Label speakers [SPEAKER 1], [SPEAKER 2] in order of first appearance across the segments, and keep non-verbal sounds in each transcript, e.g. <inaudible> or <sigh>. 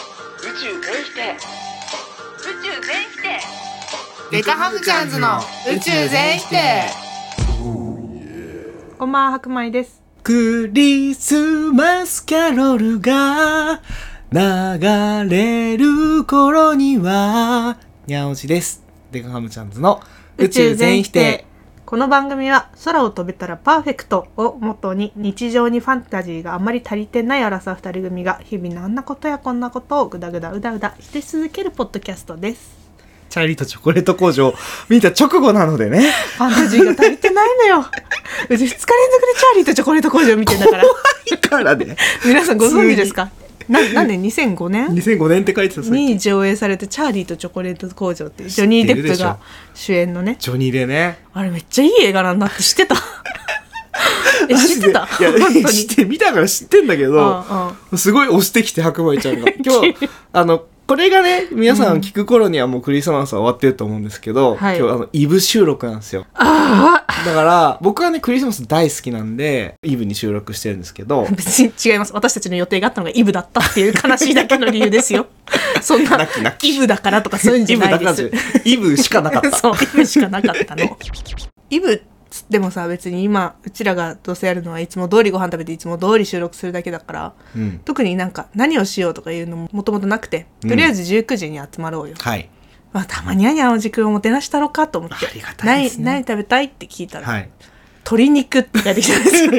[SPEAKER 1] 宙全否定宇宙全否定
[SPEAKER 2] デカハムチャンズの宇宙全否定
[SPEAKER 3] こんばんは、白米です。
[SPEAKER 4] クリスマスキャロルが流れる頃には、にゃおじです。デカハムちゃんズの宇宙全否定。。
[SPEAKER 3] この番組は空を飛べたらパーフェクトをモットーに日常にファンタジーがあまり足りてないアラサー二人組が日々あんなことやこんなことをぐだぐだうだうだして続けるポッドキャストです。
[SPEAKER 4] チャーリーとチョコレート工場を見た直後なのでね。
[SPEAKER 3] ファンタジーが足りてないの <laughs> よ。うち二日連続でチャーリーとチョコレート工場見てんだ <laughs> から。
[SPEAKER 4] だからね。
[SPEAKER 3] 皆さんご存知ですかな、なんで2005年
[SPEAKER 4] 2005年って書いてたさっき
[SPEAKER 3] に上映されたチャーリーとチョコレート工場っていうジョニー・デップが主演のね。
[SPEAKER 4] ジョニーでね。
[SPEAKER 3] あれめっちゃいい映画なんだって知って <laughs> たえ知ってた
[SPEAKER 4] マジでいや
[SPEAKER 3] 本当に
[SPEAKER 4] 知って、見たから知ってんだけど、
[SPEAKER 3] うん
[SPEAKER 4] すごい押してきて、白米ちゃ
[SPEAKER 3] <laughs>
[SPEAKER 4] んが。今日、あの、これがね、皆さん聞く頃にはもうクリスマスは終わってると思うんですけど、
[SPEAKER 3] はい
[SPEAKER 4] 今日あの、イブ収録なんですよ。
[SPEAKER 3] あ
[SPEAKER 4] だから、僕はね、クリスマス大好きなんで、イブに収録してるんですけど
[SPEAKER 3] あ、別に違います私たちの予定があったのがイブだったっていう悲しいだけの理由です <laughs> よそんな
[SPEAKER 4] なきなき
[SPEAKER 3] イブだからとか <laughs> そういうんじ
[SPEAKER 4] イ
[SPEAKER 3] ゃ
[SPEAKER 4] ブ
[SPEAKER 3] ない
[SPEAKER 4] だ
[SPEAKER 3] で
[SPEAKER 4] から
[SPEAKER 3] す
[SPEAKER 4] でイブしかなかった。
[SPEAKER 3] <laughs> そうイブしかなかったの <laughs> イブっつってもさ別に今うちらがどうせやるのはいつも通りご飯食べていつも通り収録するだけだから
[SPEAKER 4] うん。
[SPEAKER 3] 特になんか何をしようとかいうのももともとなくてとりあえず19時に集まろうよ、
[SPEAKER 4] はい。
[SPEAKER 3] まあ、たまにはにゃおじくんをもてなしたろかと思って
[SPEAKER 4] ありがたいですね
[SPEAKER 3] 何何食べたいって聞いたら、
[SPEAKER 4] はい。
[SPEAKER 3] 鶏肉って出てきたんです
[SPEAKER 4] <laughs>
[SPEAKER 3] よ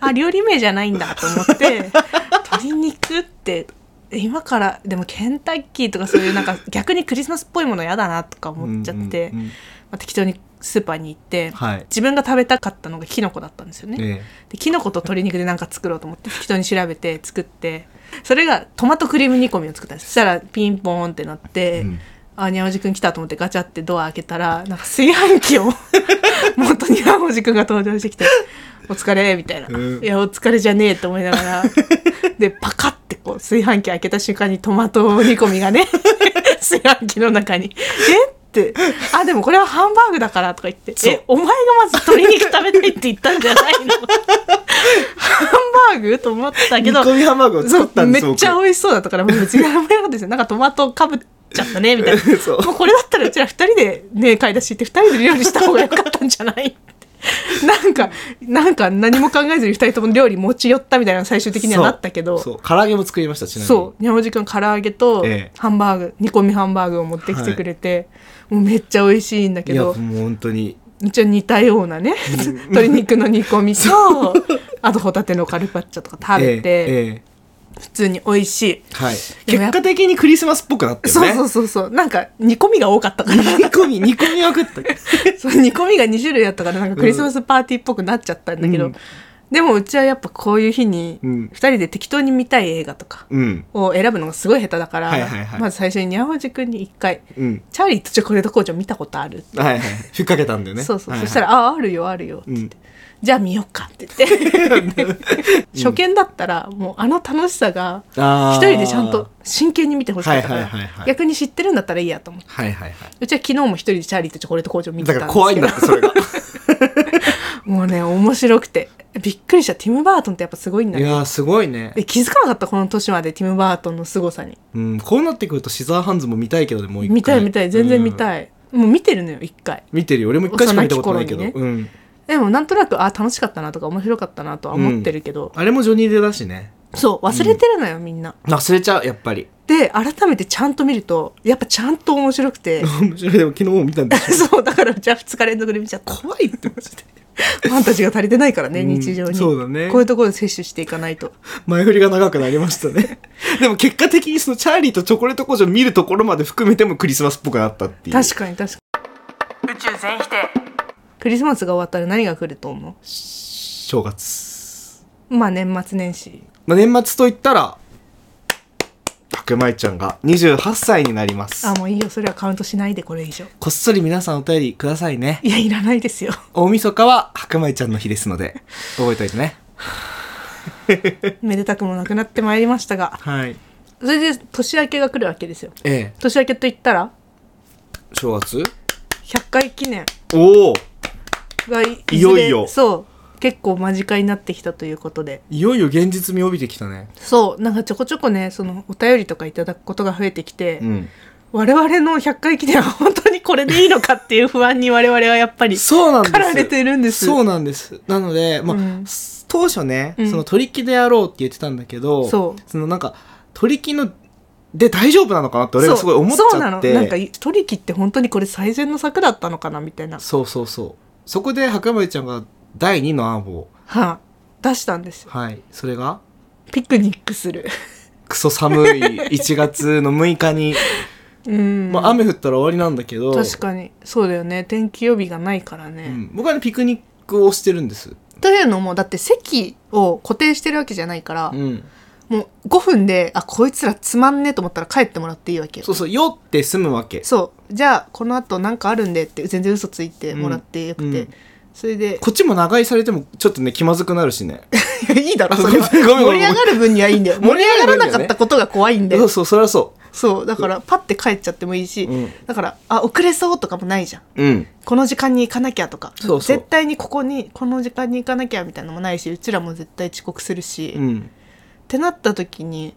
[SPEAKER 3] あ料理名じゃないんだと思って鶏肉ってえ今からでもケンタッキーとかそういうなんか逆にクリスマスっぽいものやだなとか思っちゃって、
[SPEAKER 4] うんうんうん
[SPEAKER 3] まあ、適当にスーパーに行って、
[SPEAKER 4] はい
[SPEAKER 3] 自分が食べたかったのがキノコだったんですよね。
[SPEAKER 4] え
[SPEAKER 3] でキノコと鶏肉でなんか作ろうと思って適当に調べて作ってそれがトマトクリーム煮込みを作ったんですそしたらピンポーンってなって、
[SPEAKER 4] うん
[SPEAKER 3] あにゃおじくん来たと思ってガチャってドア開けたらなんか炊飯器を <laughs> 元にゃおじくんが登場してきて「お疲れ」みたいな
[SPEAKER 4] う
[SPEAKER 3] 「
[SPEAKER 4] ん
[SPEAKER 3] いやお疲れじゃねえ」と思いながらでパカッてこう炊飯器開けた瞬間にトマト煮込みが
[SPEAKER 4] <laughs>
[SPEAKER 3] ね炊飯器の中に「えっ?」って「あでもこれはハンバーグだから」とか言って「
[SPEAKER 4] そう
[SPEAKER 3] えお前がまず鶏肉食べたいって言ったんじゃないの? 」ハンバーグと思った
[SPEAKER 4] え
[SPEAKER 3] け
[SPEAKER 4] 煮
[SPEAKER 3] ど
[SPEAKER 4] 込みハンバーグを
[SPEAKER 3] そ
[SPEAKER 4] 作
[SPEAKER 3] う
[SPEAKER 4] ったん
[SPEAKER 3] め
[SPEAKER 4] です
[SPEAKER 3] っちゃ
[SPEAKER 4] 僕
[SPEAKER 3] 美味しそうだったからもう別にやばいかったで
[SPEAKER 4] <laughs>
[SPEAKER 3] すよなんかトマトかぶっちゃったねみたいな
[SPEAKER 4] そう
[SPEAKER 3] もうこれだったらうちら2人でね買い出し行って2人で料理した方が良かったんじゃないってなんかなんか何も考えずに2人とも料理持ち寄ったみたいな最終的にはなったけど
[SPEAKER 4] そ
[SPEAKER 3] そう
[SPEAKER 4] う。唐揚げも作りました、ちなみに。
[SPEAKER 3] にゃおじくん唐揚げと
[SPEAKER 4] ええ
[SPEAKER 3] ハンバーグ、煮込みハンバーグを持ってきてくれて、もうめっちゃ美味しいんだけ
[SPEAKER 4] いや、も
[SPEAKER 3] ど
[SPEAKER 4] う本当に。
[SPEAKER 3] 一応似たようなね鶏肉の煮込みとあとホタテのカルパッチョとか食べて、
[SPEAKER 4] えええ
[SPEAKER 3] 普通に美味しい
[SPEAKER 4] えはい。
[SPEAKER 3] でもや
[SPEAKER 4] 結
[SPEAKER 3] っ
[SPEAKER 4] 果的にクリスマスっぽくなったよ
[SPEAKER 3] そう
[SPEAKER 4] ね。
[SPEAKER 3] そうそうそうなんか煮込みが多かっ
[SPEAKER 4] <laughs>
[SPEAKER 3] たから
[SPEAKER 4] 煮込み、煮込みまくった。
[SPEAKER 3] そう煮込みが2種類あったからなんかクリスマスパーティーっぽくなっちゃったんだけど、
[SPEAKER 4] うん
[SPEAKER 3] でもうちはやっぱこういう日に
[SPEAKER 4] うん
[SPEAKER 3] 2人で適当に見たい映画とか
[SPEAKER 4] うん。
[SPEAKER 3] を選ぶのがすごい下手だから、
[SPEAKER 4] はいはいはい
[SPEAKER 3] まず最初ににゃおじくんに1回
[SPEAKER 4] うん
[SPEAKER 3] 「チャーリーとチョコレート工場見たことある?」って、
[SPEAKER 4] はいはい。ふっかけたんだよね。
[SPEAKER 3] そうそう、
[SPEAKER 4] はいはい
[SPEAKER 3] そしたら「あああるよあるよ」って言って、じゃあ見よっか」って言って
[SPEAKER 4] <laughs>
[SPEAKER 3] 初見だったらもうあの楽しさが
[SPEAKER 4] あ
[SPEAKER 3] 一
[SPEAKER 4] ー
[SPEAKER 3] 人でちゃんと真剣に見てほしかったか
[SPEAKER 4] はいはいはいは
[SPEAKER 3] ら
[SPEAKER 4] い
[SPEAKER 3] 逆に知ってるんだったらいいやと思って。
[SPEAKER 4] はいはいは
[SPEAKER 3] うちは昨日も一人でチャーリーとチョコレート工場
[SPEAKER 4] い。
[SPEAKER 3] 見て
[SPEAKER 4] だ
[SPEAKER 3] たん
[SPEAKER 4] か
[SPEAKER 3] ですけ
[SPEAKER 4] ら
[SPEAKER 3] ど
[SPEAKER 4] 怖いんだって、それが。
[SPEAKER 3] もうね面白くてびっくりしたティム・バートンってやっぱすごいんだ
[SPEAKER 4] い
[SPEAKER 3] ね
[SPEAKER 4] やー、すごいね。
[SPEAKER 3] え気づかなかったこの年までティム・バートンの凄さに
[SPEAKER 4] うん、こうなってくるとシザーハンズも見たいけどねもう一回
[SPEAKER 3] 見たい見たい全然見
[SPEAKER 4] い、
[SPEAKER 3] たい、もう見てるのよ一回
[SPEAKER 4] うん見てるよ俺も一回しか見たことないけど、
[SPEAKER 3] 幼き
[SPEAKER 4] う
[SPEAKER 3] 頃
[SPEAKER 4] ん、
[SPEAKER 3] でもなんとなくあ楽しかったなとか面白かったなとは思ってるけど、
[SPEAKER 4] あれもジョニー・デだしね
[SPEAKER 3] そう忘れてるのよみんな
[SPEAKER 4] 忘れちゃうやっぱり
[SPEAKER 3] で改めてちゃんと見るとやっぱちゃんと面白くて
[SPEAKER 4] 面白いでも昨日も見たんだ
[SPEAKER 3] そうだからじゃあ2日連続で見ちゃった怖いってマジでファンタジーが足りてないからね、
[SPEAKER 4] うん
[SPEAKER 3] 日常に
[SPEAKER 4] そうだね
[SPEAKER 3] こういうところで摂取していかないと
[SPEAKER 4] <laughs> 前振りが長くなりました
[SPEAKER 3] <laughs>
[SPEAKER 4] ねでも結果的にそのチャーリーとチョコレート工場見るところまで含めてもクリスマスっぽくなったっていう
[SPEAKER 3] 確かに確かに
[SPEAKER 1] 宇宙全否定
[SPEAKER 3] クリスマスが終わったら何が来ると思
[SPEAKER 4] 正月、
[SPEAKER 3] うまあ年末年始
[SPEAKER 4] まあ、年末といったら白米ちゃんが28歳になります
[SPEAKER 3] あもういいよそれはカウントしないでこれ以上
[SPEAKER 4] こっそり皆さんお便りくださいね
[SPEAKER 3] いやいらない <laughs> ですよ
[SPEAKER 4] 大晦日は白米ちゃんの日ですの
[SPEAKER 3] <laughs>
[SPEAKER 4] で覚えておいてね
[SPEAKER 3] めでたくもなくなってまいりましたが
[SPEAKER 4] はい
[SPEAKER 3] それで年明けが来るわけですよ
[SPEAKER 4] ええ
[SPEAKER 3] 年明けといったら
[SPEAKER 4] 正月
[SPEAKER 3] 100回記念
[SPEAKER 4] おお
[SPEAKER 3] がい
[SPEAKER 4] いよいよ
[SPEAKER 3] ずれそ結構間近になってきたということで
[SPEAKER 4] いよいよ現実味を帯びてきたね
[SPEAKER 3] そうなんかちょこちょこねそのお便りとかいただくことが増えてきて、
[SPEAKER 4] うん
[SPEAKER 3] 我々の100回記念は本当にこれでいいのかっていう不安に我々はやっぱり
[SPEAKER 4] そうなんです
[SPEAKER 3] 駆られてるんです
[SPEAKER 4] そうなんですなので、まあ
[SPEAKER 3] うん
[SPEAKER 4] 当初ね、
[SPEAKER 3] うん
[SPEAKER 4] その取り木でやろうって言ってたんだけど
[SPEAKER 3] そう
[SPEAKER 4] のなんか取り木ので大丈夫なのかなって俺がすごい思っちゃって
[SPEAKER 3] そうそうなのなんかトリキって本当にこれ最善の策だったのかなみたいな、
[SPEAKER 4] そうそうそうそこで白森ちゃんが第2の案を
[SPEAKER 3] は出したんですよ
[SPEAKER 4] はいそれが
[SPEAKER 3] ピクニックする
[SPEAKER 4] クソ寒い1月の6日に、
[SPEAKER 3] うん、
[SPEAKER 4] まあ、雨降ったら終わりなんだけど
[SPEAKER 3] 確かにそうだよね天気予備がないからね、
[SPEAKER 4] うん僕はねピクニックをしてるんです、
[SPEAKER 3] というのもだって席を固定してるわけじゃないから、
[SPEAKER 4] うん、
[SPEAKER 3] もう5分であこいつらつまんねえと思ったら帰ってもらっていいわけよ
[SPEAKER 4] そうそう酔って済むわけ
[SPEAKER 3] そうじゃあこのあとんかあるんでって全然嘘ついてもらってよくて、
[SPEAKER 4] うん
[SPEAKER 3] それで <laughs>
[SPEAKER 4] こっちも長居されてもちょっとね気まずくなるしね
[SPEAKER 3] いいだろそれは
[SPEAKER 4] ごめんごめんご
[SPEAKER 3] 盛
[SPEAKER 4] め
[SPEAKER 3] り
[SPEAKER 4] ん
[SPEAKER 3] 上がる分にはいいんだよ盛り上がらなかったことが怖いんだ
[SPEAKER 4] そ
[SPEAKER 3] よ
[SPEAKER 4] <laughs> うそうそりゃそ
[SPEAKER 3] そうだからパッて帰っちゃってもいいし、
[SPEAKER 4] うん
[SPEAKER 3] だからあ遅れそうとかもないじゃん
[SPEAKER 4] ううん
[SPEAKER 3] この時間に行かなきゃとか
[SPEAKER 4] そうそう
[SPEAKER 3] 絶対にここにこの時間に行かなきゃみたいなのもないしうちらも絶対遅刻するし、
[SPEAKER 4] う
[SPEAKER 3] っ
[SPEAKER 4] ん
[SPEAKER 3] てなった時に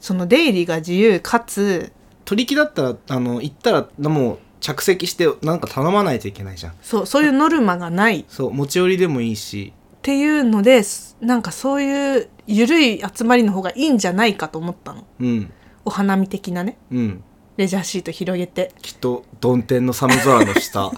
[SPEAKER 3] その出入りが自由かつ
[SPEAKER 4] 取り木だったらあの行ったらもう着席してなんか頼まないといけないじゃん
[SPEAKER 3] そうそういうノルマがない
[SPEAKER 4] そう持ち寄りでもいいし
[SPEAKER 3] っていうのですなんかそういう緩い集まりの方がいいんじゃないかと思ったの
[SPEAKER 4] うん
[SPEAKER 3] お花見的なね
[SPEAKER 4] うん
[SPEAKER 3] レジャーシート広げて
[SPEAKER 4] きっと曇天の寒空の
[SPEAKER 3] <laughs>
[SPEAKER 4] 下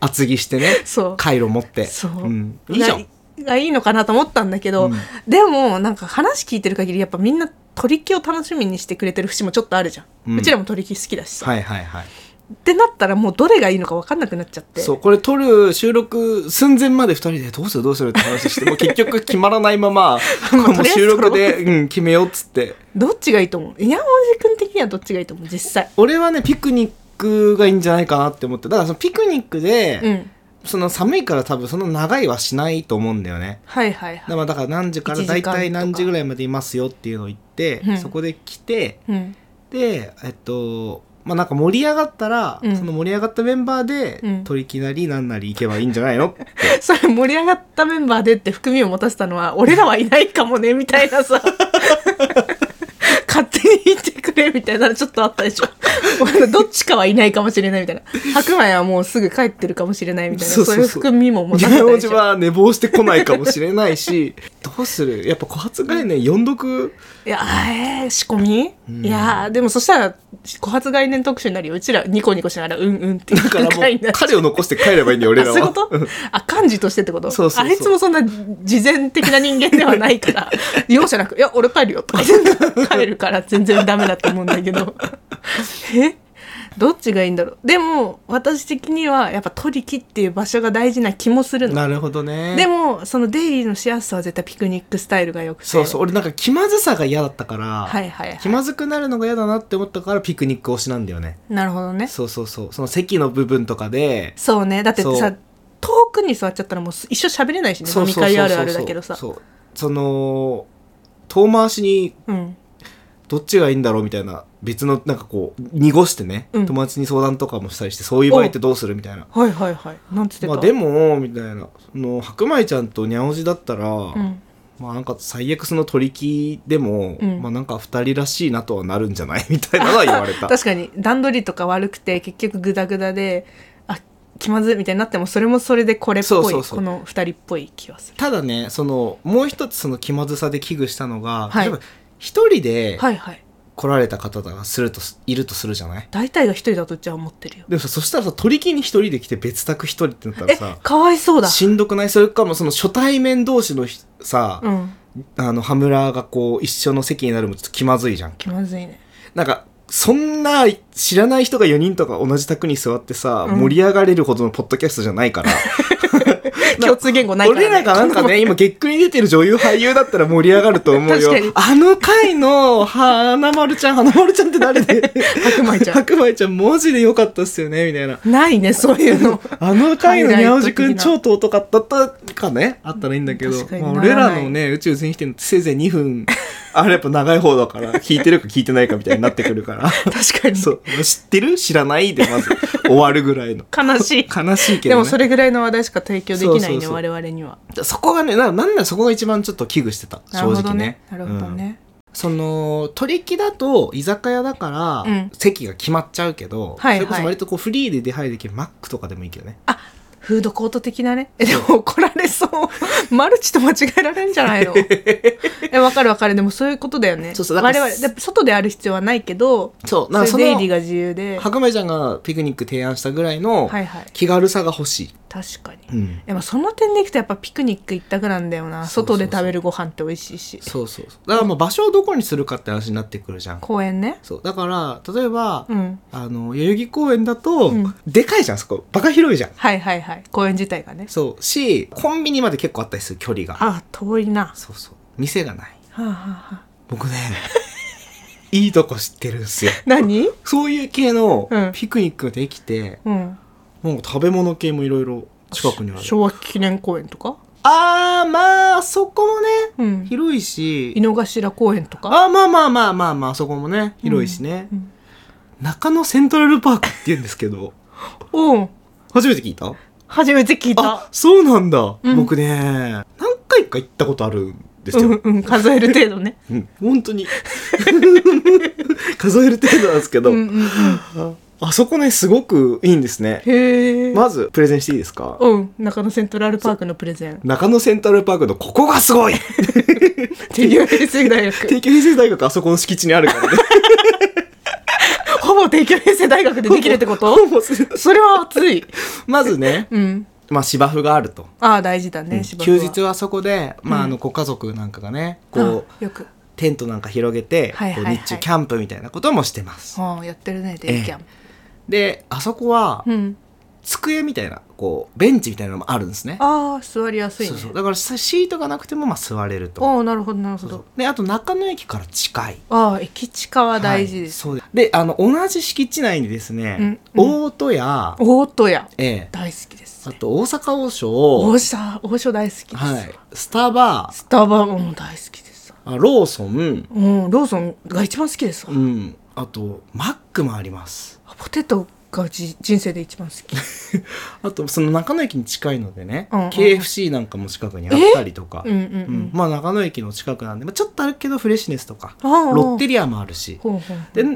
[SPEAKER 4] 厚着してね
[SPEAKER 3] そう
[SPEAKER 4] カイロ持って
[SPEAKER 3] そう、
[SPEAKER 4] ん、いいじゃん
[SPEAKER 3] ががいいのかなと思ったんだけど、
[SPEAKER 4] うん
[SPEAKER 3] でもなんか話聞いてる限りやっぱみんな取り木を楽しみにしてくれてる節もちょっとあるじゃん、
[SPEAKER 4] う
[SPEAKER 3] うんちらも取り木好きだしさ、
[SPEAKER 4] はいはいはい
[SPEAKER 3] ってなったらもうどれがいいのか分かんなくなっちゃって
[SPEAKER 4] そうこれ撮る収録寸前まで2人でどうするどうするって話
[SPEAKER 3] <laughs>
[SPEAKER 4] してもう結局決まらないまま
[SPEAKER 3] まあ
[SPEAKER 4] この
[SPEAKER 3] とり
[SPEAKER 4] 収
[SPEAKER 3] あえず撮ろう
[SPEAKER 4] 録で、うん、決めようっつって
[SPEAKER 3] どっちがいいと思う山文字君的にはどっちがいいと思う実際
[SPEAKER 4] 俺はねピクニックがいいんじゃないかなって思ってだからそのピクニックで、
[SPEAKER 3] うん
[SPEAKER 4] その寒いから多分その長いはしないと思うんだよね
[SPEAKER 3] はいはい
[SPEAKER 4] だか
[SPEAKER 3] はい、
[SPEAKER 4] らだから何時から
[SPEAKER 3] 一時間
[SPEAKER 4] 大
[SPEAKER 3] とか
[SPEAKER 4] 体何時ぐらいまでいますよっていうのを言って、
[SPEAKER 3] うん
[SPEAKER 4] そこで来て
[SPEAKER 3] うん、
[SPEAKER 4] でえっとまあなんか盛り上がったら、
[SPEAKER 3] うん
[SPEAKER 4] その盛り上がったメンバーで、
[SPEAKER 3] うん
[SPEAKER 4] 取り木なりなんなり行けばいいんじゃないの
[SPEAKER 3] <laughs> それ盛り上がったメンバーでって含みを持たせたのは俺らはいないかもねみたいなさ勝手に言ってくれみたいなのちょっとあったでしょ <laughs> どっちかはいないかもしれないみたいな白米はもうすぐ帰ってるかもしれないみたいな
[SPEAKER 4] そ
[SPEAKER 3] そうう
[SPEAKER 4] そうそう
[SPEAKER 3] いう含みも持たせ
[SPEAKER 4] 宮
[SPEAKER 3] た
[SPEAKER 4] 王
[SPEAKER 3] でし
[SPEAKER 4] 子
[SPEAKER 3] ょ
[SPEAKER 4] は寝坊してこないかもしれないしどうする <laughs> やっぱ小発概念読んどく
[SPEAKER 3] いやーえー仕込み、いやーでもそしたら小発概念特集になるようちらニコニコしながらうんうんっていう
[SPEAKER 4] だからも
[SPEAKER 3] 回にな <laughs>
[SPEAKER 4] う
[SPEAKER 3] っちゃう
[SPEAKER 4] 彼を残して帰ればいいんだよ俺ら
[SPEAKER 3] あ
[SPEAKER 4] は
[SPEAKER 3] そういうこと
[SPEAKER 4] <laughs>
[SPEAKER 3] あ幹事としてってこと
[SPEAKER 4] そうそうそう
[SPEAKER 3] あいつもそんな事前的な人間ではないから
[SPEAKER 4] <laughs>
[SPEAKER 3] 容赦なく「いや俺帰るよ」とか言って帰るから全然ダメだと思うんだ
[SPEAKER 4] <laughs>
[SPEAKER 3] けどえどっちがいいんだろうでも私的にはやっぱ取り木っていう場所が大事な気もするの
[SPEAKER 4] なるほどね
[SPEAKER 3] でもその出入りのしやすさは絶対ピクニックスタイルがよくて
[SPEAKER 4] そうそう俺なんか気まずさが嫌だったから、
[SPEAKER 3] はいはいはい
[SPEAKER 4] 気まずくなるのが嫌だなって思ったからピクニック推しなんだよね
[SPEAKER 3] なるほどね
[SPEAKER 4] そうそうそうその席の部分とかで
[SPEAKER 3] そうねだって
[SPEAKER 4] そ
[SPEAKER 3] さ
[SPEAKER 4] う
[SPEAKER 3] 遠くに座っちゃったらもう一生喋れないしね
[SPEAKER 4] そう
[SPEAKER 3] 飲み
[SPEAKER 4] そうそう
[SPEAKER 3] 会
[SPEAKER 4] そう
[SPEAKER 3] あるあるだけどさ
[SPEAKER 4] そうその遠回しに
[SPEAKER 3] うん
[SPEAKER 4] どっちがいいんだろうみたいな別のなんかこう濁してね、
[SPEAKER 3] うん
[SPEAKER 4] 友達に相談とかもしたりしてそういう場合ってどうするみたいな
[SPEAKER 3] はいはいはいなんつってた、
[SPEAKER 4] まあでもみたいなその白米ちゃんとにゃおじだったら、
[SPEAKER 3] うん
[SPEAKER 4] まあなんか最悪その取り木でも、
[SPEAKER 3] うん
[SPEAKER 4] まあなんか二人らしいなとはなるんじゃない <laughs> みたいなのは言われた
[SPEAKER 3] <laughs> 確かに段取りとか悪くて結局グダグダであ気まずいみたいになってもそれもそれでこれっぽい
[SPEAKER 4] そうそうそう
[SPEAKER 3] この二人っぽい気はする
[SPEAKER 4] ただねそのもう一つその気まずさで危惧したのが、
[SPEAKER 3] はい
[SPEAKER 4] 例えば一人で
[SPEAKER 3] はいはい
[SPEAKER 4] 来られた方がするとすいるとするじゃない
[SPEAKER 3] 大体が一人だとじゃあ思ってるよ
[SPEAKER 4] でもさそしたらさ取り木に一人で来て別宅一人ってなったら
[SPEAKER 3] え
[SPEAKER 4] さ
[SPEAKER 3] かわいそうだ
[SPEAKER 4] しんどくないそれかもその初対面同士のひさ、
[SPEAKER 3] うん
[SPEAKER 4] あのハムラーがこう一緒の席になるのもちょっと気まずいじゃん
[SPEAKER 3] 気まずいね
[SPEAKER 4] なんか、そんな知らない人が4人とか同じ卓に座ってさ、
[SPEAKER 3] うん
[SPEAKER 4] 盛り上がれるほどのポッドキャストじゃないから。
[SPEAKER 3] 共通言語ないから、ね、
[SPEAKER 4] 俺ら
[SPEAKER 3] <laughs>
[SPEAKER 4] がなんかね、今月9に出てる女優俳優だったら盛り上がると思うよ
[SPEAKER 3] 確。
[SPEAKER 4] あの回の花丸ちゃん、花丸ちゃんって誰で
[SPEAKER 3] 白米ちゃん
[SPEAKER 4] 白米ちゃん文字でよかったっすよね、みたいな。
[SPEAKER 3] な
[SPEAKER 4] <laughs>
[SPEAKER 3] いねそういうの
[SPEAKER 4] あの回の
[SPEAKER 3] ハイ
[SPEAKER 4] にゃ
[SPEAKER 3] ラ
[SPEAKER 4] お
[SPEAKER 3] イト
[SPEAKER 4] じ
[SPEAKER 3] 的
[SPEAKER 4] く
[SPEAKER 3] なん
[SPEAKER 4] 超尊かったとかね、あったらいいんだけど、
[SPEAKER 3] 確かに
[SPEAKER 4] まあ、
[SPEAKER 3] な
[SPEAKER 4] 俺
[SPEAKER 3] らない
[SPEAKER 4] らのね、宇宙全否定のせいぜい2分、あれやっぱ長い方だから、聞いてるか聞いてないかみたいになってくるから。から。
[SPEAKER 3] 確かに
[SPEAKER 4] そう。知ってる知らないでまず終わるぐらいの。
[SPEAKER 3] 悲しい
[SPEAKER 4] 悲しいけど、ね。
[SPEAKER 3] でもそれぐらいの話題しか提供できないね
[SPEAKER 4] そうそうそう
[SPEAKER 3] 我々には
[SPEAKER 4] そこがね、ななんならそこが一番ちょっと危惧してた。正直ね。
[SPEAKER 3] なるほどねなるほど
[SPEAKER 4] うん
[SPEAKER 3] ね、
[SPEAKER 4] その、取引だと居酒屋だから、
[SPEAKER 3] うん
[SPEAKER 4] 席が決まっちゃうけど、
[SPEAKER 3] はいは
[SPEAKER 4] そ
[SPEAKER 3] い
[SPEAKER 4] れこそ割とこうフリーで出入りできるマックとかでもいいけどね。
[SPEAKER 3] フードコート的なね <laughs> えでも怒られそう <laughs> マルチと間違えられんじ
[SPEAKER 4] <laughs>
[SPEAKER 3] ゃないのえわかるわかるでもそういうことだよね
[SPEAKER 4] そうそうだか
[SPEAKER 3] 我
[SPEAKER 4] ら
[SPEAKER 3] 々やっぱ外である必要はないけど
[SPEAKER 4] そう。
[SPEAKER 3] それ
[SPEAKER 4] そ
[SPEAKER 3] 出入り
[SPEAKER 4] の、
[SPEAKER 3] が自由では
[SPEAKER 4] 白米ちゃんがピクニック提案したぐらいの
[SPEAKER 3] いはい
[SPEAKER 4] 気軽さが欲しい。
[SPEAKER 3] 確かに
[SPEAKER 4] うん。
[SPEAKER 3] でもその点でいくとやっぱピクニック一択なんだよな
[SPEAKER 4] そうそうそう
[SPEAKER 3] 外で食べるご飯って美味しいし
[SPEAKER 4] そうそうそう。だからまあ場所をどこにするかって話になってくるじゃん。
[SPEAKER 3] 公園ね
[SPEAKER 4] そう。だから、例えば、
[SPEAKER 3] うん
[SPEAKER 4] あの、代々木公園だと、
[SPEAKER 3] うん
[SPEAKER 4] でかいじゃん、そこ。バカ広いじゃん。
[SPEAKER 3] はいはいはい公園自体がね
[SPEAKER 4] そう。し、コンビニまで結構あったりする距離が。
[SPEAKER 3] あ遠いな、は
[SPEAKER 4] そうそう。店がない。
[SPEAKER 3] あはあはあ、
[SPEAKER 4] 僕ね、 <laughs> いいとこ知ってるんすよ。
[SPEAKER 3] 何
[SPEAKER 4] そういう系の
[SPEAKER 3] うん
[SPEAKER 4] ピクニックができて、
[SPEAKER 3] うん
[SPEAKER 4] もう食べ物系もいろいろ近くにある。
[SPEAKER 3] 昭和記念公園とか
[SPEAKER 4] あー、まあ、そこもね、
[SPEAKER 3] うん
[SPEAKER 4] 広いし
[SPEAKER 3] 井、の頭公園とか
[SPEAKER 4] あー、まあまあまあまあまあ、そこもね、広いしね。
[SPEAKER 3] うん
[SPEAKER 4] 中野セントラルパークって言うんですけど、
[SPEAKER 3] うん
[SPEAKER 4] 初めて聞いた
[SPEAKER 3] 初めて聞い
[SPEAKER 4] あ
[SPEAKER 3] た、
[SPEAKER 4] そうなんだ。
[SPEAKER 3] うん
[SPEAKER 4] 僕ね、何回か行ったことあるんです
[SPEAKER 3] う
[SPEAKER 4] よ。
[SPEAKER 3] んうん数える程度
[SPEAKER 4] <laughs>
[SPEAKER 3] ね
[SPEAKER 4] うん、本当に。数える程度なんですけど、
[SPEAKER 3] うんうんうん
[SPEAKER 4] あそこね、すごくいいんですね。
[SPEAKER 3] へえ、
[SPEAKER 4] まず、プレゼンしていいですか
[SPEAKER 3] うん中野セントラルパークのプレゼン
[SPEAKER 4] 中野セントラルパークのここがすご
[SPEAKER 3] <laughs>
[SPEAKER 4] い
[SPEAKER 3] 帝京平成大学
[SPEAKER 4] 帝京平成大学あそこの敷地にある
[SPEAKER 3] <laughs>
[SPEAKER 4] からね。
[SPEAKER 3] ほぼ帝京平成大学でできるってことそれは熱い
[SPEAKER 4] まずね、
[SPEAKER 3] うん
[SPEAKER 4] まあ芝生があると。
[SPEAKER 3] ああ大事だね、
[SPEAKER 4] うん
[SPEAKER 3] 芝生は
[SPEAKER 4] 休日はそこで、まあ、あ
[SPEAKER 3] う
[SPEAKER 4] の、
[SPEAKER 3] ん
[SPEAKER 4] ご家族なんかがね、こう、
[SPEAKER 3] あよく
[SPEAKER 4] テントなんか広げて、
[SPEAKER 3] はいはい
[SPEAKER 4] こ
[SPEAKER 3] は
[SPEAKER 4] う
[SPEAKER 3] い
[SPEAKER 4] 日中キャンプみたいなこともしてます。
[SPEAKER 3] ああやってるねデイキャン、
[SPEAKER 4] で、あそこは、
[SPEAKER 3] うん
[SPEAKER 4] 机みたいな、こう、ベンチみたいなのもあるんですね。
[SPEAKER 3] ああ座りやすいね
[SPEAKER 4] そうそう。だからシシートがなくても、まあ座れると。
[SPEAKER 3] ああなるほどなるほ
[SPEAKER 4] そう
[SPEAKER 3] ど
[SPEAKER 4] そうであと中野駅から近い
[SPEAKER 3] ああ駅近は大事です、
[SPEAKER 4] はいそうであの同じ敷地内にですね、
[SPEAKER 3] うんうん
[SPEAKER 4] 大戸屋、
[SPEAKER 3] 大戸屋
[SPEAKER 4] ええ、
[SPEAKER 3] 大好きです
[SPEAKER 4] あ
[SPEAKER 3] ね
[SPEAKER 4] と大阪王将
[SPEAKER 3] 大社大所大好きです、
[SPEAKER 4] はい、スタバ
[SPEAKER 3] スタバも大好きです
[SPEAKER 4] あローソン、
[SPEAKER 3] うんローソンが一番好きですわ、
[SPEAKER 4] うん、あとマックもあります
[SPEAKER 3] ポテトがじ人生で一番好 <laughs> き
[SPEAKER 4] あとその中野駅に近いのでね、
[SPEAKER 3] うんうんうん
[SPEAKER 4] KFC なんかも近くにあったりとか、
[SPEAKER 3] うんうんう
[SPEAKER 4] うん
[SPEAKER 3] ん、
[SPEAKER 4] まあ中野駅の近くなんで、まあ、ちょっとあるけどフレッシュネスとか
[SPEAKER 3] ああ
[SPEAKER 4] ロッテリアもあるし
[SPEAKER 3] ほうほう
[SPEAKER 4] で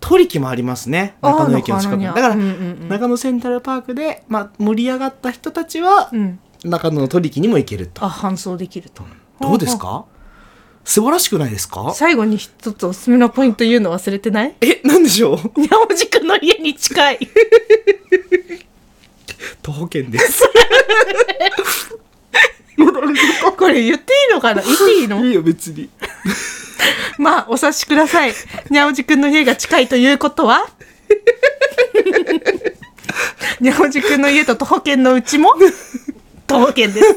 [SPEAKER 4] 取り木もありますね
[SPEAKER 3] ああ
[SPEAKER 4] 中野駅の近くに
[SPEAKER 3] 中野
[SPEAKER 4] だから、
[SPEAKER 3] にうんうんうん
[SPEAKER 4] 中野セントラルパークで、まあ、盛り上がった人たちは
[SPEAKER 3] うん
[SPEAKER 4] 中野の取り木にも行けると
[SPEAKER 3] あ搬送できると
[SPEAKER 4] どうですか素晴らしくないですか
[SPEAKER 3] 最後に一つおすすめのポイント言うの忘れてない <laughs>
[SPEAKER 4] えなんでしょう <laughs>
[SPEAKER 3] にゃおじくんの家に <laughs> 近い
[SPEAKER 4] 徒歩圏です
[SPEAKER 3] <laughs>
[SPEAKER 4] <laughs>
[SPEAKER 3] これ言っていいのかな言っていいの
[SPEAKER 4] いいよ別に
[SPEAKER 3] まあお察しくださいにゃおじくんの家が近いということ <laughs> はにゃおじくんの家と徒歩圏のうちも徒歩圏です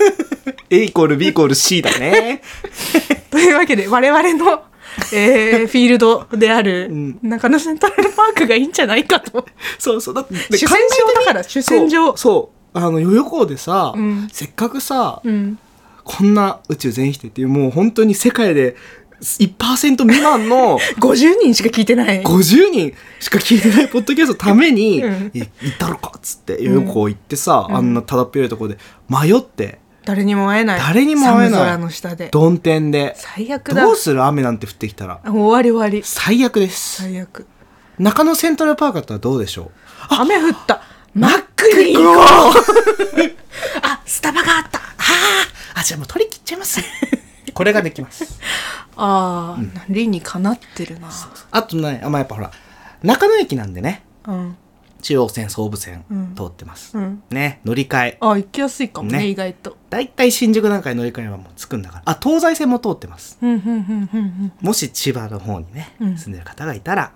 [SPEAKER 4] A イコール B イコール C だね
[SPEAKER 3] <laughs> というわけで我々の、えーフィールドである中野セントラルパークがいいんじゃないかと
[SPEAKER 4] そうそうだって
[SPEAKER 3] 主戦場だから主戦
[SPEAKER 4] そう
[SPEAKER 3] 場
[SPEAKER 4] そうあの代々木港でさ、
[SPEAKER 3] うん
[SPEAKER 4] せっかくさ、
[SPEAKER 3] <laughs> うん
[SPEAKER 4] こんな宇宙全否定っていうもう本当に世界で1%未満
[SPEAKER 3] <laughs>
[SPEAKER 4] の
[SPEAKER 3] 50人しか聞いてない
[SPEAKER 4] 50人しか聞いてないポッドキャストのために、
[SPEAKER 3] うん
[SPEAKER 4] い行ったろかっつって、よこう行ってさ、あんなただっぺらいとこで迷って、
[SPEAKER 3] 誰にも会えない
[SPEAKER 4] 誰にも会えない
[SPEAKER 3] 寒空の下で
[SPEAKER 4] 曇天で、
[SPEAKER 3] 最悪だ
[SPEAKER 4] どうする雨なんて降ってきたら、
[SPEAKER 3] あもう終わり終わり
[SPEAKER 4] 最悪です。
[SPEAKER 3] 最悪
[SPEAKER 4] 中野セントラルパークだったらどうでしょ
[SPEAKER 3] 雨降ったマックに
[SPEAKER 4] う
[SPEAKER 3] 行こう
[SPEAKER 4] わ
[SPEAKER 3] あスタバがあった
[SPEAKER 4] あ、じゃあもう取り切っちゃいます。 <laughs> これができます。
[SPEAKER 3] ああ、理にかなってるな。
[SPEAKER 4] あとね、あまあ、やっぱほら、中野駅なんでね、
[SPEAKER 3] うん。
[SPEAKER 4] 中央線、総武線
[SPEAKER 3] うん
[SPEAKER 4] 通ってます。
[SPEAKER 3] うん。
[SPEAKER 4] ね、乗り換え。
[SPEAKER 3] ああ、行きやすいかもね、
[SPEAKER 4] ね
[SPEAKER 3] 意外と。
[SPEAKER 4] だいたい新宿なんかに乗り換えはもう着くんだから。あ、東西線も通ってます。
[SPEAKER 3] うん、うん、うん、うん。うん
[SPEAKER 4] もし千葉の方にね、
[SPEAKER 3] うん
[SPEAKER 4] 住んでる方がいたら、
[SPEAKER 3] 行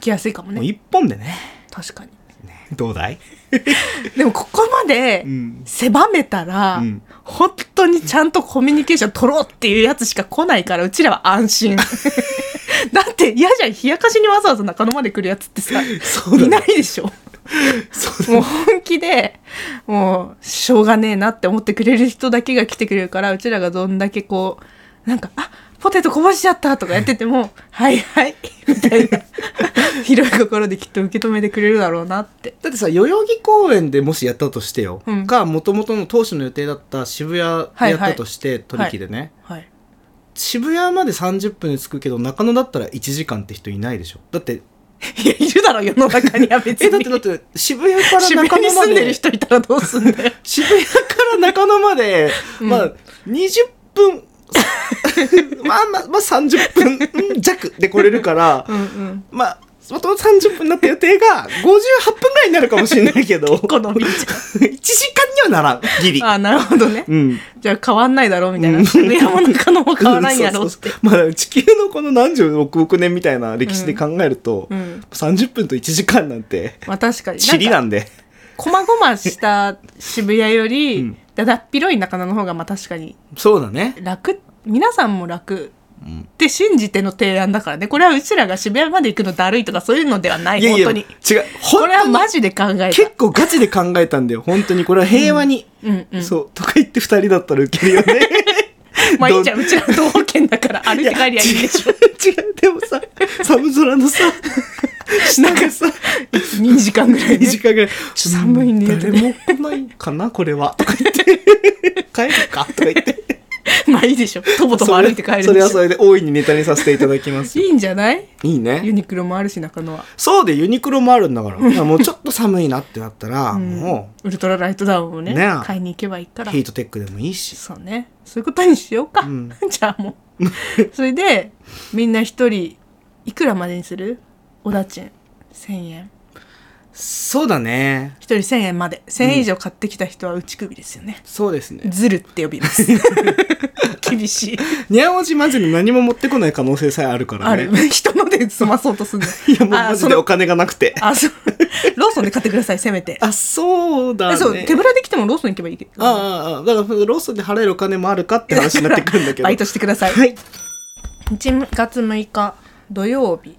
[SPEAKER 3] きやすいかも
[SPEAKER 4] もう
[SPEAKER 3] ね。
[SPEAKER 4] 一本でね、
[SPEAKER 3] 確かに。
[SPEAKER 4] ねどうだい
[SPEAKER 3] でも、ここまで
[SPEAKER 4] うん
[SPEAKER 3] 狭めたら、
[SPEAKER 4] うん
[SPEAKER 3] 本当にちゃんとコミュニケーション取ろうっていうやつしか来ないから、うちらは安 <laughs> 心。だって嫌じゃん。冷やかしにわざわざ中野まで来るやつってさ、
[SPEAKER 4] そうだね
[SPEAKER 3] いないでしょ。
[SPEAKER 4] そう
[SPEAKER 3] もう本気で、もう、しょうがねえなって思ってくれる人だけが来てくれるから、うちらがどんだけこ <laughs> う、なんか、あポテトこぼしちゃったとかやってても、はいはい、みたいな。広い心できっと受け止めてくれるだろうなって。
[SPEAKER 4] だってさ代々木公園でもしやったとしてよ、
[SPEAKER 3] うん
[SPEAKER 4] がもともとの当初の予定だった渋谷でやったとして、取り木でね、
[SPEAKER 3] はい。
[SPEAKER 4] 渋谷まで30分で着くけど中野だったら1時間って人いないでしょだって
[SPEAKER 3] いや、いるだろ、世の中には別に。
[SPEAKER 4] えだってだって渋谷から
[SPEAKER 3] 渋
[SPEAKER 4] 中
[SPEAKER 3] 谷に
[SPEAKER 4] 野ま
[SPEAKER 3] 住んでる
[SPEAKER 4] で
[SPEAKER 3] 人いたらどうすんだよ。
[SPEAKER 4] 渋谷から中野まで、
[SPEAKER 3] うん
[SPEAKER 4] まあ20分 <laughs> まあまあまあ30分弱で来れるから、
[SPEAKER 3] うんうん。
[SPEAKER 4] まあもともと30分だった予定が58分ぐらいになるかもしれないけど
[SPEAKER 3] 好みじ
[SPEAKER 4] 1時間にはならんギリ
[SPEAKER 3] ゃん。あ、なるほどね。
[SPEAKER 4] うん
[SPEAKER 3] じゃあ変わんないだろうみたいうな。
[SPEAKER 4] ん
[SPEAKER 3] 渋谷も中野も変わらんやろ
[SPEAKER 4] う
[SPEAKER 3] っ
[SPEAKER 4] そう
[SPEAKER 3] て。
[SPEAKER 4] そうまあ地球のこの何十億億年みたいな歴史で考えると、
[SPEAKER 3] うん。
[SPEAKER 4] 30分と1時間なんて
[SPEAKER 3] まあ確かに。
[SPEAKER 4] チリ
[SPEAKER 3] なんか
[SPEAKER 4] なんで
[SPEAKER 3] こまごました渋谷よ
[SPEAKER 4] う
[SPEAKER 3] り
[SPEAKER 4] ん、
[SPEAKER 3] だだっ広い中野の方がまあ確かに
[SPEAKER 4] そうだね
[SPEAKER 3] 楽、皆さんも楽
[SPEAKER 4] うん
[SPEAKER 3] って信じての提案だからね。これはうちらが渋谷まで行くのだるいとかそういうのではない、
[SPEAKER 4] いやいや
[SPEAKER 3] 本当
[SPEAKER 4] 違う
[SPEAKER 3] に。こ
[SPEAKER 4] 本
[SPEAKER 3] れは
[SPEAKER 4] 当に
[SPEAKER 3] マジで考え
[SPEAKER 4] 結構ガチで考えたんだよ本当にこれは平和に、
[SPEAKER 3] た。うんうん。
[SPEAKER 4] そうとか言って2人だったらウケるよね
[SPEAKER 3] まあいいじゃん。うちら同保険だから <laughs> 歩いて帰りゃいいでしょ。
[SPEAKER 4] 違う違うでもさ寒空のさなんか
[SPEAKER 3] <laughs>
[SPEAKER 4] さ
[SPEAKER 3] 2時間ぐらい
[SPEAKER 4] 2
[SPEAKER 3] ね。
[SPEAKER 4] 時間ぐらい
[SPEAKER 3] ょ寒いね
[SPEAKER 4] 誰も来ないかなこれはとか言って
[SPEAKER 3] <laughs>
[SPEAKER 4] 帰るかとか言って
[SPEAKER 3] まあいいでしょ。とぼとぼ歩いて帰るでしょ。
[SPEAKER 4] それはそれで大いにネタにさせていただきます
[SPEAKER 3] いいんじゃない
[SPEAKER 4] いい
[SPEAKER 3] ユ
[SPEAKER 4] ね
[SPEAKER 3] ニクロもあるし中野は。
[SPEAKER 4] そうでユニクロもあるんだからだからもうちょっと寒いなってなったら、
[SPEAKER 3] うん
[SPEAKER 4] も
[SPEAKER 3] ウルトラライトダウンをね
[SPEAKER 4] ね
[SPEAKER 3] 買いに行けばいいか
[SPEAKER 4] う
[SPEAKER 3] ら
[SPEAKER 4] ヒートテックでもいいし
[SPEAKER 3] そうねそういうことにしようか、
[SPEAKER 4] うん
[SPEAKER 3] <laughs> じゃあもう <laughs> それでみんな一人いくらまでにするおだちん1,000円
[SPEAKER 4] そうだね
[SPEAKER 3] 一人1,000円まで1,000円以上買ってきた人は内首ですよね、
[SPEAKER 4] そうです <laughs> ね
[SPEAKER 3] ズルって呼びます厳しい
[SPEAKER 4] ニャンオジマジで何も持ってこない可能性さえあるから
[SPEAKER 3] あ
[SPEAKER 4] ね
[SPEAKER 3] る人ので済まそうとすんの
[SPEAKER 4] いやもうマジでお
[SPEAKER 3] あ
[SPEAKER 4] 金がなくて
[SPEAKER 3] そのあそうローソンで買ってくださいせめて
[SPEAKER 4] <laughs> あそうだ
[SPEAKER 3] え
[SPEAKER 4] ね
[SPEAKER 3] そう手ぶらで来てもローソン行けばいいけど
[SPEAKER 4] ああああだからローソンで払えるお金もあるかって話になってくるんだけど
[SPEAKER 3] <laughs> バイトしてください
[SPEAKER 4] はい
[SPEAKER 3] 1月6日土曜日